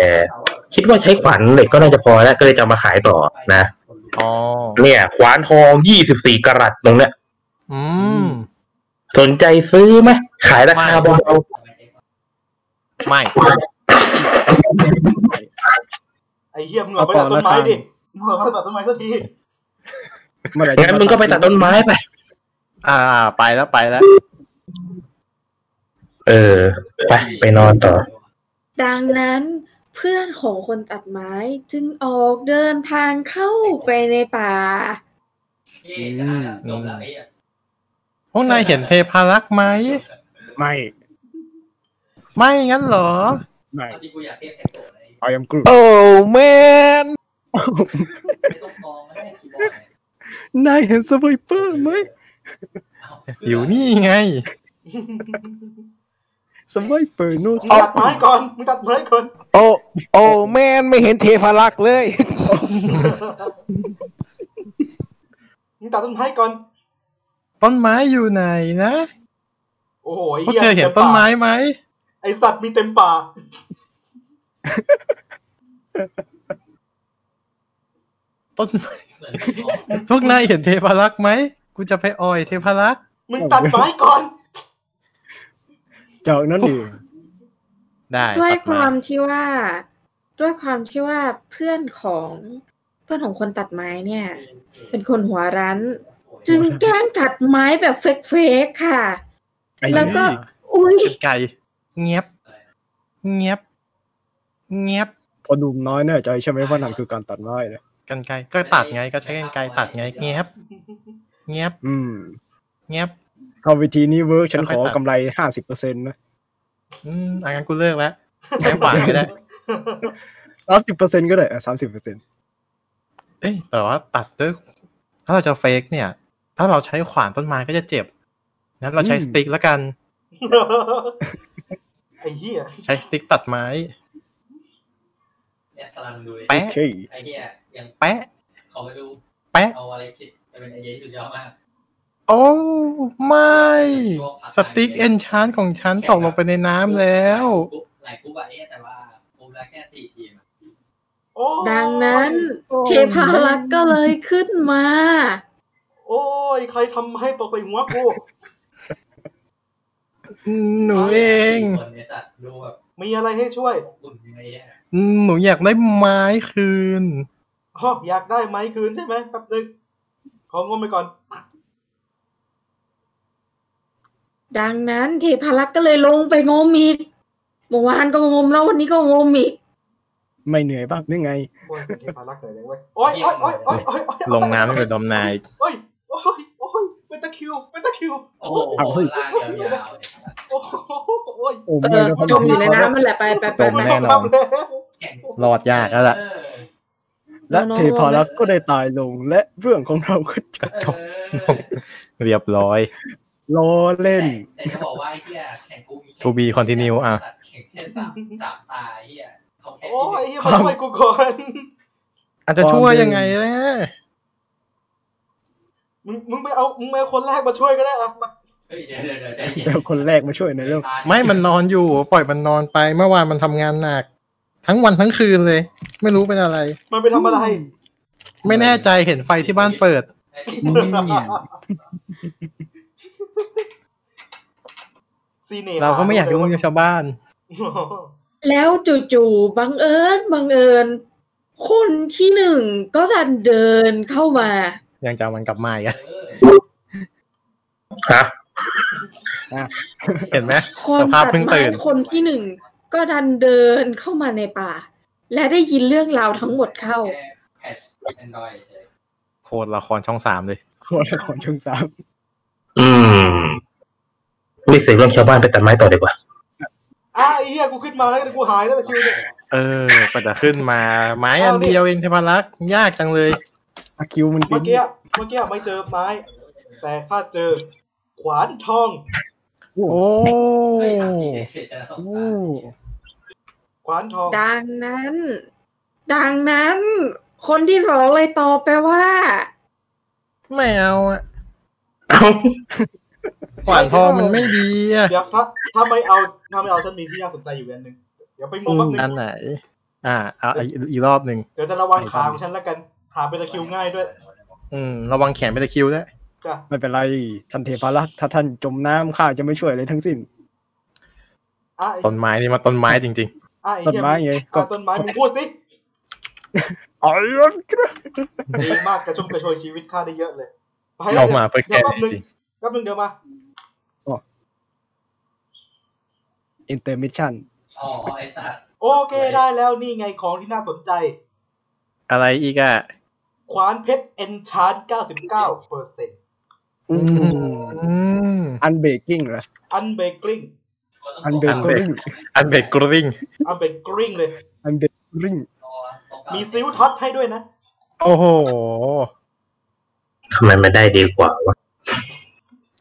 คิดว่าใช้ขวานเหล็กก็น่าจะพอแล้วก็เลยจะเอามาขายต่อนะ
อ๋อ
เนี่ย ขวานทองยี่สิบสี่กรัตตรงเนี้ย
อืม
สนใจซื้อไหมขายราคา
ไม่
เบา
ไม่
ไอ้เหี้ยมึงเอาไปตัดต้นไม้ดิมึงเอาไปตัดต้นไม้สักที
เมื่อไหร่
ๆงั้นมึงก็ไปตัดต้นไม้ไป
อ่า ไปแล้วไปแล้ว
เออไปไปนอนต่อ
ดังนั้นเพื่อนของคนตัดไม้จึงออกเดินทางเข้าไปในป่า
เย่ชนะแล้วจบแล้วไอ้เหี้ย
พวกนายเห็นเทพารักษ์ไหม
ไม่
ไม่งั้นเหรอ
ไม่
เอาจริงกูอยากเทพแซงโกะเลย
ไอแอมกรู
โอ้แมน
ไม่ต้องกองไม่ต้องคีย์บอร์ดเลย
นายเห็นสไวเปอร์ไหม
เอา
อยู่นี่ไง
สไวเปอร์โน
มึง
ซ่า
ตัดไม้ก่อนมึงตัดไม้ก่อน
โอ้โอ้แมนไม่เห็นเทพารักษ์เลย *laughs*
มึงตัดต้นไม้ก่อน
ต้นไม้อยู่ไหนนะ
โอ้โหไอ้
พวก
เหี้ย
เธอเห็นต้นไม้ไหม
ไอสัตว์มีเต็มป่า
ต้นไม้
เหมือนคีย์บอร์ด
พวกนายเห็นเทพารักษ์ไหม กูจะไปออยเทพารักษ์
มึงตัดไม้ก่อน *laughs*
จากนั้นเอง
ได้
ด้วย
ตัด
ความ
ไ
ที่ว่า ด้วยความที่ว่าเพื่อนของเพื่อนของคนตัดไม้เนี่ย เป็นคนหัวรั้น จึงแกล้งตัดไม้แบบเฟกๆค่ะ
ไอ้
แล้วก็
นี่
อุ้ย
ไก่เงียบ เงียบ เงียบ
พอหนุ่มน้อยแน่ใจใช่ไหมว่านั่นคือการตัดไม้เนี่ย
กันไกรก็ตัดไงก็ใช้กันไกรตัดไงเงียบ เงียบ
อืม
เงียบ
เข้าวิธีนี้เวิร์กฉันข
ค่อย
อ
ๆตัด
กำไรห้าสิบเปอร์เซ็นต์นะ
อืมอันนั้นกูเลิกแล้วแค่ขวานก็ได้
สามสิบเปอร์เซ็นต์ก็ได้สามสิบเปอร์เซ็นต์
เอ้ยแต่ว่าตัดด้วย ถ้าเราจะเฟกเนี่ย ถ้าเราใช้ขวานต้นไม้ก็จะเจ็บ งั้นเราใช้สติ๊กแล้วกัน
ไอ้เหี้ย
ใช้สติ๊กตัดไม้
เนี่ยสลันดูเลย
แปะ
ใช่
ไอ้เหี้ยยัง
แปะ
ขอมาดู
แปะ
เอาอะไรคิดจะเป็นไอเดียที่สุดยอดมาก
โอ้ไม่ สติ๊กเอนชานของฉันตกลงไปในน้ำแล้ว
หลายกรุ๊ปอะเอ๊ะแต่ว่ากรุ๊ปละแค่สี่ทีมอะ
โอ้
ดังนั้น เทพารักษ์ก็เลยขึ้นมา
โอ้ย ใครทำให้ตกใส่หัวกู
หนูเอง
สี่คนเนี่ยสัตว์ดูแบบ
มีอะไรให้ช่วย
อุ่นยังไงเนี่ย
หนูอยากได้ไม้คืน
อ๋ออยากได้ไหมคืนใช่ไหมแป๊บนึงของงมไปก่อน
ดังนั้นเทพารักษ์ก็เลยลงไปงมอีกเมื่อวานก็งมแล้ววันนี้ก็งมอีก
ไม่เหนื่อยบ้างหรือไง
โอ้ยเทพารักษ์เหนื่อยจังเว้ย โอ้ยโอ้ยโอ้ยโอ้ยโอ้ยโอ้ย
ลงน้ำให้เป็นดมนาย
โอ้ยโอ้ยโอ้ยเป็นตะคริวเป็นตะคริว
โอ้โห
เอาเฮ้ย
ลากยาวๆเนี่ยสัตว์
โอ้โหโอ้ย
โอ้
เอ
ไม่
อ
นะ
จมอยู่ในน้ำมันแหละไปไปไป
จม
ไป
แน่นอน
ทำแล้ว
แข่ง
รอดยากแล้วล่ะ
เออ
และเทพารักษ์ก็ได้ตายลงและเรื่องของเราก็จบ
เออ
เรียบร้อย
ล้อเล่น
แต่จะบอกว่าไอ้เหี้ยแข่งกรุ๊ปมี
To
แค่
be continue อะ
สัตว์แข่งแค่สามสามตาไอ้เหี้ยเขาแค่
โอ้ย
ที่หนึ่
ไอ้เหี้ยมา
ง
ช่วยกูก่อน
อาจจะช่วยยังไงนะ
มึง มึงไปเอา มึงไปเอาคนแรกมาช่วยก็ได้อะมา
เฮ้ยเดี๋ยวเดี๋ยวเดี๋ยวใจเย็น
แล้วคนแรกมาช่วยในเรื่อง
ไม่มันนอนอยู่ ปล่อยมันนอนไป เมื่อวานมันทำงานหนัก ทั้งวันทั้งคืนเลย ไม่รู้เป็นอะไร
มันไปทำอะไร
ไม่แน่ใจเห็นไฟที่บ้านเปิด
ไอ้ที่มึงไม่เนียน
ซีเน
เราก็ไม่อยากยุ่งกับชาวบ้าน
แล้วจู่ๆบังเอิญบังเอิญ คนที่หนึ่งก็ดันเดินเข้ามา
ยังจะเอามันกลับมาอีกอะ
เออ
ฮะ
เห็นไหม
คน
สภา
ตั
พ
ด
เพิ่งตื่
ไม้
น
คนที่หนึ่งก็ดันเดินเข้ามาในป่า และได้ยินเรื่องราวทั้งหมดเข้า
แค่แพทชแอนดรอยเฉย
โคตรละครช่องสามเลย
โคตรละครช่องสาม
อืมไม่เสียเรื่องชาวบ้านไปตัดไม้ต่อดีกว่า
อ่ะไอ้เหี้ยกูขึ้นมาแล้วกูหายแล้วแต่กูเนี่ย
เออก็จะขึ้นมา ไม้อัน
เอาดิ
เดียวเองเทพารักษ์ยากจังเลย
อาคิวมันกิ
เมื่อน กี้เมื่อกี้ไม่เจอไม้ แต่ข้าเจอ ขวานทอง
โอ้
โอ้
เฮ้ยถามจริงไอ้เสียชนะสอง
โห
ตา
ขวานทอง
ดังนั้น ดังนั้น คนที่สองเลยตอบไปว่า
ไม่เอาอะ
เอ้า
ขวานทองมันไม่ดีอะ
เดี๋ยวถ้าถ้าไม่เอาถ้าไม่เอาฉันมีที่น่าสนใจอยู่อันหนึ่งเดี๋ยวไปงงแป๊บนึง
อันไหน อ่าเอาอีกอีกรอบหนึ่ง
เดี๋ยวจะระวังขาของฉันแล้วกันขาเป็นตะคริวง่ายด้วย
อืม ระวังแขนเป็นตะคริวด้วย
จ้ะ
ไม่เป็นไรท่านเทพารักษ์ถ้าท่านจมน้ำข้าจะไม่ช่วยอะไรทั้งสิ้น
อ่ะไอ้
ต้นไม้นี่มาต้นไม้จริง
อ่ะอ้
ต้น
เหี้ย
ไม้ไงก็
อ่ะต้นไม้มึงพู
*laughs*
ดสิ
อ๋อยอนกระ
ดีมากกระชุ่มกระชวยชีวิตข้าได้เยอะเลยไป
ๆ
แล้ว
เอามาเพื่อ
เดี๋ย
แก้
วแป๊บ
จ
นึง
ริง
แป๊บนึงเดี๋ยวมา
อินเตอร์มิชชั่น
อ๋อไอ้สัตว์
โอเคได้แล้วนี่ไงของที่น่าสนใจ
ๆอะไรอีกอะ
ขวานเพชรเอนชาน99เปอร์เซ็นต์
อืม
อันเบกกิ้งเหรอ
อันเบกริง
ตัวต้อง
อันเบก
ตก
ก
กิ้ง
อันเบรกกริ้ง
อันเบกริงเลย
อันเบกกิ้ง
ตัวตก
มีซิลท็อตให้ด้วยนะ
โอ้โห
ทำไมไม่ได้ดีกว่าวะ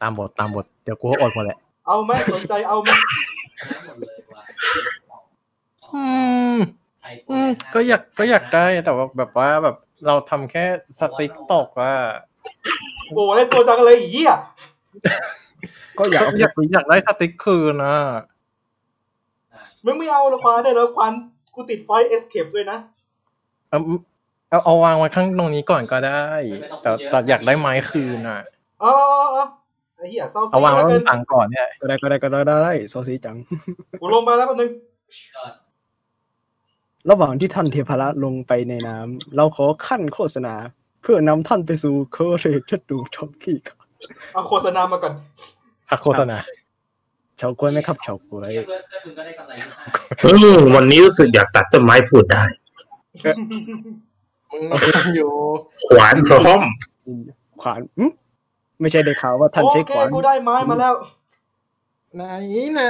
ตามบทตามบทเดี๋ยวกูก็อดหมดแหละ
เอาไหมสนใจเอาไหม
ทั้งหมดเลยว่ะ
อืม
ไทย
อืมก็อยากก็อยากได้แต่ว่าแบบว่าแบบเราทำแค่สติ๊กตกว่า
โอ้เล่นตัวจังเลยไอีเหี้ย
ก็
อ
อาย
ยาก ก
เอา
อยากอยากได้สติ๊กคืนนะ
มึงไม่เอาละควานได้แล้วควานกูติดไฟเอสเคปด้วยนะ
เอาเอาเอาวางไว้ข้างตรงนี้ก่อนก็ได้ แต่แต่อยากได้ไม้คืนอ่ะ
เอ๋อาไอ้เหี้ยเศร้า
เอาวางไว้
แล้
บ
วกัน
ตังก่อนเนี่ย
ก็ได้ก็ได้ก็ได้ได้โซซีจัง
กูลงมาแล้วแป๊บนึง
ระหว่างที่ท่านเทพารักษ์ลงไปในน้ำเราขอขั้นโฆษณา เพื่อนำท่านไปสู่เคเรชดูทองขี้ค่ะ
เอาโฆษณามาก่อน
พักโฆษณา
เฉาก้วยไหมครับเฉาก้วย
เพื่อนเพื่อนมึงก็ได้กำไรที่หาย
อืมวันนี้รู้สึกอยากตัดต้นไม้พูดได้
มึงมาอยู่
ขวานพร้อม
ขวานอืมไม่ใช่ได้ข่าวว่าท่าน
โอ
ใช้
เค
ขวาน
กูได้ไม้มาแล้ว
ไหนไหน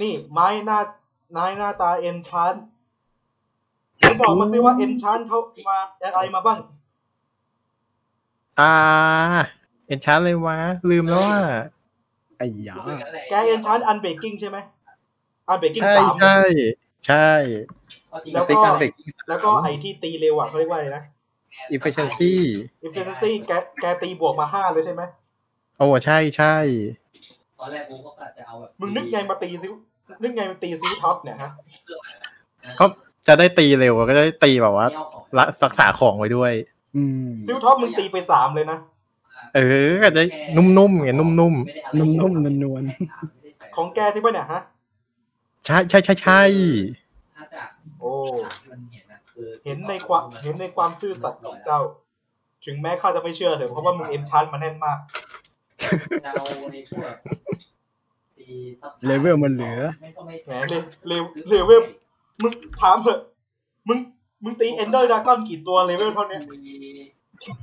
นี่ไม้หน้าไม้หน้าตาเอนชานมึงบอกมาสิว่าเอนชานเขามาอะไรมาบ้าง
อ่าเอ็นชาร์จเลยวะ ลืมแล้วว่า
ไอ้ยา
รู้เหมือนกันแหละ
แกเอนชานอันเบกกิ้งใช่ไหมอันเบกกิ้ง
ใช่
สาม
ใช่ใช่
เอาจริง
แล้
ส
วก็
ติ๊กการเบรก
แล้วก็ไอที่ตีเร็วอะเขาเรียกว่าอะไรนะ
อิฟเฟชชั่นซี่
อินฟินิตี้แกแกตีบวกมาห้าเลยใช่ไหม
โอ้ใช่ใช่
ตอนแรกกูก็กะจะเอาแบบ
มึงนึกไงมาตีซินึกไงมาตีซิท็อปเนี่ยฮะ
ก็จะได้ตีเร็วก็จะได้ตีแบบว่า
ไม่เอาของ
รักรักษาของไว้ด้วย
อืม
ซิลท็อปมึงตีไปสามเลยนะ
เออก็จะนุ่มๆไงนุ่ม
ไม่ได้อะไร
นุ่มๆนวล
ของแกใช่ปะเนี่ยฮะ
ๆใช่ใช่ใช่ใช่
ถ้าจาก
โอ้
ฉากที่มันเห็นนะคือ
เห็นในความเห็นในความซื่อสัตย์ของเจ้า ถึงแม้ข้าจะไม่เชื่อเถอะเพราะว่ามึงเอ็นชานมาแน่นมาก
เราในพวกตีซับ
เลเวลมันเหลือ
ไม่ก็ไม่
แหมเลเลเลเวล มึงถามเถอะ มึง มึงตีเอนเดอร์ดากอนกี่ตัวเลเวลเท่าเนี้ย
มี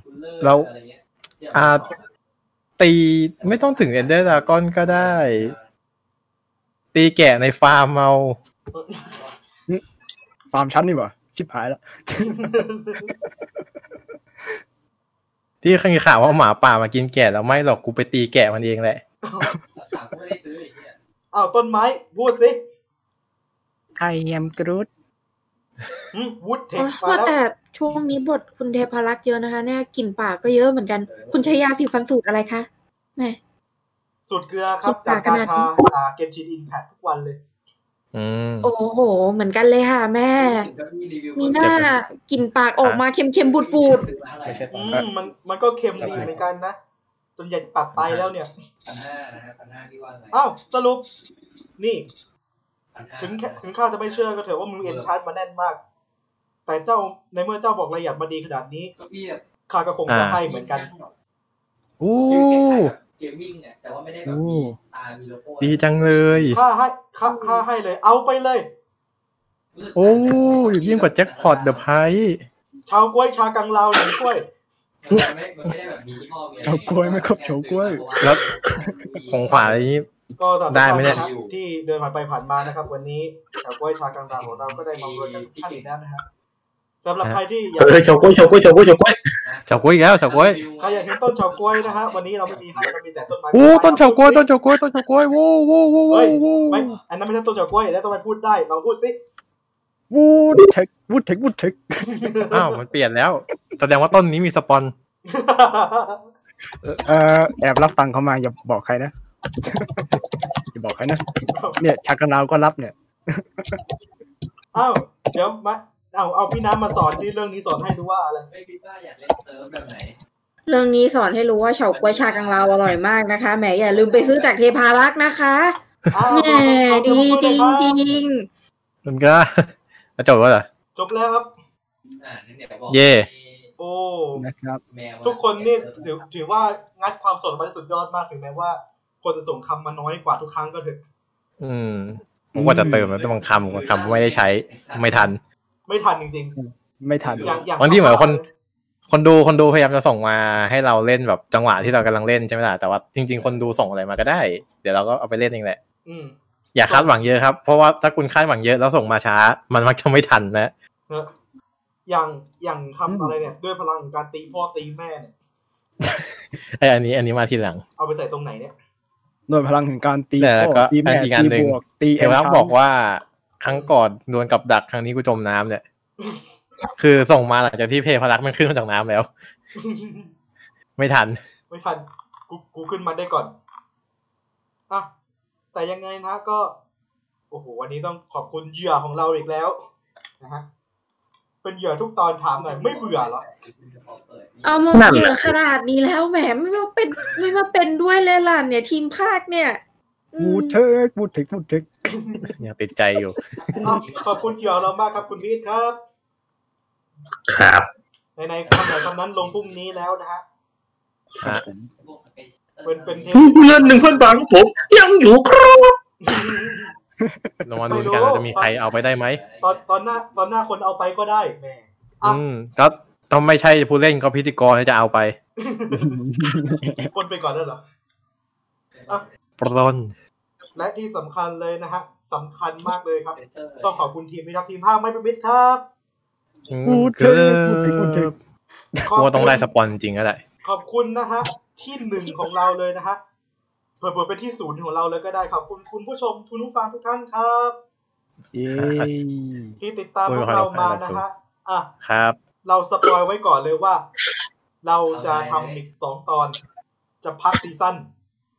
คูลเลอร์อะไรเงี้ยที่เไปต่
ตีไม่ต้องถึงเอนเดอร์ดากอนก็ได้ ตีแกะในฟาร์มเอา
ฟาร์มชั้นนี่หว่าชิบหายแล้ว
ที่เคยมีข่าวว่าหมาป่ามากินแกะแล้วไม่หรอกกูไปตีแกะมันเองแหละ
อต่างกูไม่ได้ซื้อไอ้เหี้ย
อ้าวต้นไม้พูดสิ
ไอแอมกรูด
วูดเทค
โอ๊ย
มา
ว่า
แล้ว
แต่ช่วงนี้บทคุณเทพารักษ์เยอะนะคะเนี่ยกลิ่นปากก็เยอะเหมือนกัน คุณใช้ยาสีฟันสูตรอะไรคะแหม่
สุดเกลือครับ จากกาชาจากเกมชินอินแพคทุกวันเลย
อืม
โอ้โห เหมือนกันเลยค่ะแม่
ถึงก็มีรีวิว
มีหน้ากลิ่นปากออกมาเค็มๆบูด
ซื้อมาเท่าไหร่
ไม่ใช่ตอ
อื
น
ม
นั้น
มันมันก็เค็มดีเหมือนกันนะ จนใหญ่ตัดไตแล้วเนี่ย
พันห้านะฮะพันห้าที่ว่าไง
อ้าวสรุป นี่
พันห้า
ถึงถึงข้าจะไม่เชื่อก็เถอะว่ามึงเอ็นชาร์จมาแน่นมาก แต่เจ้าในเมื่อเจ้าบอกรายละเอียดมาดีขนาดนี้
ก็พี่แบบ
ข้าก็คงจะ
อ่า
ให้เหมือนกัน
อู้
ฟิลคล้ายๆแบบเกมมิ่งเนี่ยแต่ว่าไม่ได้แบบมีตามีโลโก้
ดีจังเลย
ค่าให้ค่าค่าให้เลย เอาไปเลย
โอ้ยิ่งกว่าแจ็คพอตเดอะไพ
ชาวกล้วยชากังลาวหนึ่งกล้วย
มันไม่มันไม่ได้แบบมียี่ห้อมีอะไร
เฉาก๊วยไหมครับเฉาก๊วย
แล้วของขวาอะไรนี้
ก็สำหรับ
ได้ไหมเนี่ย
ท่าครับที่เดินผ่านไปผ่านมานะครับ วันนี้ชาวกล้วยชากังลาวของเราก็ได้มาบริกันทุกท่านอีกแล้วนะครับสำหรับใครที่อยาก
เฮ้ยเฉาก้วยเฉาก้วยเฉาก้วยเฉาก้วย
เฉาก๊วยอีกแล้วเฉาก๊วย
ใครอยากเห็นต้นชาวกล้วยนะฮะวันนี้เราไม่มีให้เรามีแต่ต้นไม้
โอ้ต้นเฉาก๊วยต้นเฉาก๊วยต้นเฉาก๊วยโว้โว้โว้โว้โว้
ไม่อันนั้นไม่ใช่ต้นชาวกล้วยแล้วต้นไม้พูดได้ลองพูดสิ *laughs*
วูดเทควูดเทควูดเทค
อ้าวมันเปลี่ยนแล้วแสดงว่าต้นนี้มีสปอน
เอ่อแอบรับตังค์เขามาอย่าบอกใครนะ *laughs* อย่าบอกใครนะ เนี่ยชักกันเราก็รับเนี่ย
อ้าวเดี๋ยวมาเอาเอาพี่น้ำมาสอนที่เรื่องนี้สอนให้ดูว่าอะไร
ไม่พี่ว่าอยากเล่นเซิร์ฟแบบไหน
เรื่องนี้สอนให้รู้ว่าเฉาก๊วยชากังลาวอร่อยมากนะคะแหมอย่าลืมไปซื้อจากเทพารักษ์นะคะ
อ้าว
แหมดีจริงจริง
มันก็ *laughs* จะจบแล้วเหรอ
จบแล้วครับ
อ่าเนี่ยบอก
เย่
โอ้
นะครับ
แมว
ทุกคนนี่ถือถือว่างัดความสดมาได้สุดยอดมากถึงแม้ว่า คนส่งคำมาน้อยกว่าทุกครั้งก็เถอะ
อืมผมว่าจะเติมแล้วแต่บางคำบางคำไม่ได้ใช้ไม่ทัน
ไม่ทันจริง
ไม่ทัน
ๆ อย่างอย่าง
บางทีเหมือนคน คนดูคนดูพยายามจะส่งมาให้เราเล่นแบบจังหวะที่เรากำลังเล่นใช่ไหมล่ะแต่ว่าจริง ๆ คนดูส่งอะไรมาก็ได้ เดี๋ยวเราก็เอาไปเล่นเองแหละ
อืม
อย่าคาดหวังเยอะครับเพราะว่าถ้าคุณคาดหวังเยอะแล้วส่งมาช้า มันมักจะไม่ทันนะ
เนอะอย่างอย่างคำ
อืม
อะไรเนี่ย ด้วยพลังของการตีพ่อตีแม่เนี่ย
ไอยอันนี้อันนี้มาทีหลัง
เอาไปใส่ตรงไหน
*laughs*
เนี่ย
หน่วยพลังแห่งการตี
แต่แล้วก็
พ่อตีแม่
อันอีกอั
ตี
นหนึ่
บ
ง
วกตี
เทวะ
แนด์
บอกว่าครั้งก่อนดวลกับดักครั้งนี้กูจมน้ำเนี่ย คือส่งมาหลังจากที่เพพลักมันขึ้นมาจากน้ำแล้ว ไม่ทัน
ไม่ทันกูกูขึ้นมาได้ก่อนอ่ะแต่ยังไงนะก็ โอ้โหวันนี้ต้องขอบคุณเหยื่อของเราอีกแล้วนะฮะเป็นเหยื่อทุกตอนถามหน่อยไม่เบื่อเหรอ
ๆเอามาเยอะขนาดนี้แล้วแหมไม่มาเป็นไม่มาเป็นด้วยเลยล่ะเนี่ย ทีมภาคเนี่ยอืม
วูดเทควูดเทควูดเทค
ยังติดใจอยู่
ครับขอบคุณเกี่ยวเรามากครับคุณพีทครับ
ครับ
ในในคำไหนคำนั้นลงพรุ่งนี้แล้วนะฮะ *laughs* เป็นเป็นเทป
เงินหนึ่งพันบาทของผม ยังอยู่ครับ
ลองมาดูกันว่าจะมีใครเอาไปได้ไหม
ตอนตอนหน้าตอนหน้าคนเอาไปก็ได้แหมอ่ะ
อืมก็ต้องไม่ใช่ผู้เล่นก็พิธีกรที่จะเอาไป
คนไปก่อนแล้วเหรอ
ปล้น
และที่สำคัญเลยนะฮะสำคัญมากเลยครับ
ต้
ต้
อ
อง ง
ข
ข
อ
อ
บบ
คุณทีมนะครับทีมภาคไม่ประมิดครับ
พูดเถอะพูดเถอะพูดเถอะ
ขบ
ว่า
คุณ
ต้องได้สปอนจริงก็ได้
ขอบคุณนะฮะ ที่หนึ่งของเราเลยนะฮะเผื่อๆเป็นที่ศูนย์ของเราเลยก็ได้ขอบคุณคุณผู้ชมทุนผู้ฟังทุกท่านครับ
เย้
ที่ติดตามพวกเรามานะฮะอ่ะ
ครับ
เราสปอยไว้ก่อนเลยว่า เราจะทำอีกสองตอน จะพักซีซั่น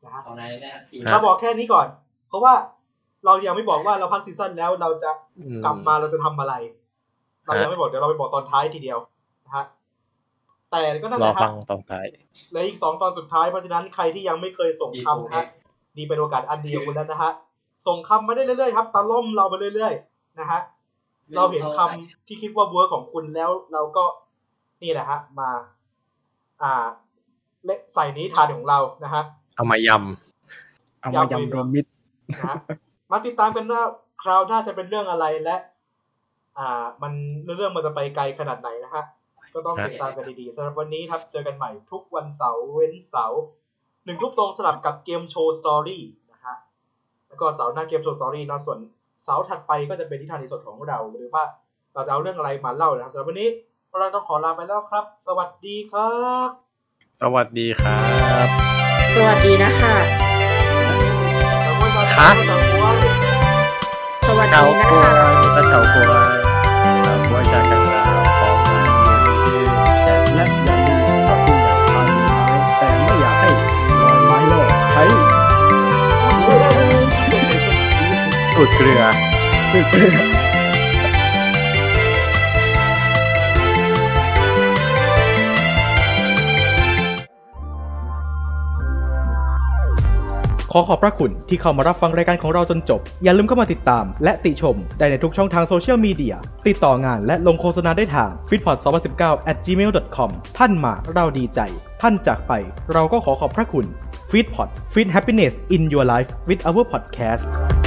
นะฮะ
เอาไหนนะฮะทีม
เราบอกแค่นี้ก่อน เพราะว่าเรายังไม่บอกว่าเราพักซีซั่นแล้วเราจะ
อืม
กลับมาเราจะทำอะไร เรายังไม่บอกเดี๋ยวเราไปบอกตอนท้ายทีเดียวนะฮะแต่ก็นั่น
รอ
แหละค
ฟั
รับ
งตอนท้าย
และอีกสองตอนสุดท้ายเพราะฉะนั้นใครที่ยังไม่เคยส่งคำนะฮะดีเป็นโอกาสอันดีของคุณแล้วนะฮะส่งคำมาได้เรื่อยๆครับตะล่อมเราไปเรื่อยๆนะฮะ เราเห็นคำที่คิดว่าเวิร์กของคุณแล้วเราก็นี่แหละฮะ มา อ่าเละใส่นิทานของเรานะฮะ
เอามาย
เอามายำรวมมิตร
นะฮะ มาติดตามกันว่าคราวหน้าจะเป็นเรื่องอะไรและ อ่า มันเรื่องมันจะไปไกลขนาดไหนนะฮะ ก็ต้องติดตามกันดีๆสำหรับวันนี้ครับ เจอกันใหม่ทุกวันเสาร์เว้นเสาร์หนึ่งทุ่มตรงสลับกับเกมโชว์สตอรี่นะฮะ แล้วก็เสาร์หน้าเกมโชว์สตอรี่เนาะส่วนเสาร์ถัดไปก็จะเป็นนิทานในสดของเรา หรือว่าเราจะเอาเรื่องอะไรมาเล่านะครับสำหรับวันนี้พวกเราต้องขอลาไปแล้วครับ สวัสดีครับ
ำสวัสดีครับ
สวัสดีนะคะ
ครับ
สวัส
เฉา
ดีนะ
กัว
คะ
จะเฉากัวเฉากัวจากกันลาพร้อมกันที่จะ
และอย่าลืมถ้าคุณอยากทานไม้แต่ไม่อยากให้ลอยไม้โลกใช้
สูตรเกลือ
คือ
ขอขอบพระคุณที่เข้ามารับฟังรายการของเราจนจบ อย่าลืมเข้ามาติดตามและติชมได้ในทุกช่องทางโซเชียลมีเดีย ติดต่องานและลงโฆษณาได้ทาง f i t p o d 2 0 1 9 at gmail.com ท่านมาเราดีใจ ท่านจากไป เราก็ขอขอบพระคุณ f i t p o d Fit Happiness in Your Life with our podcast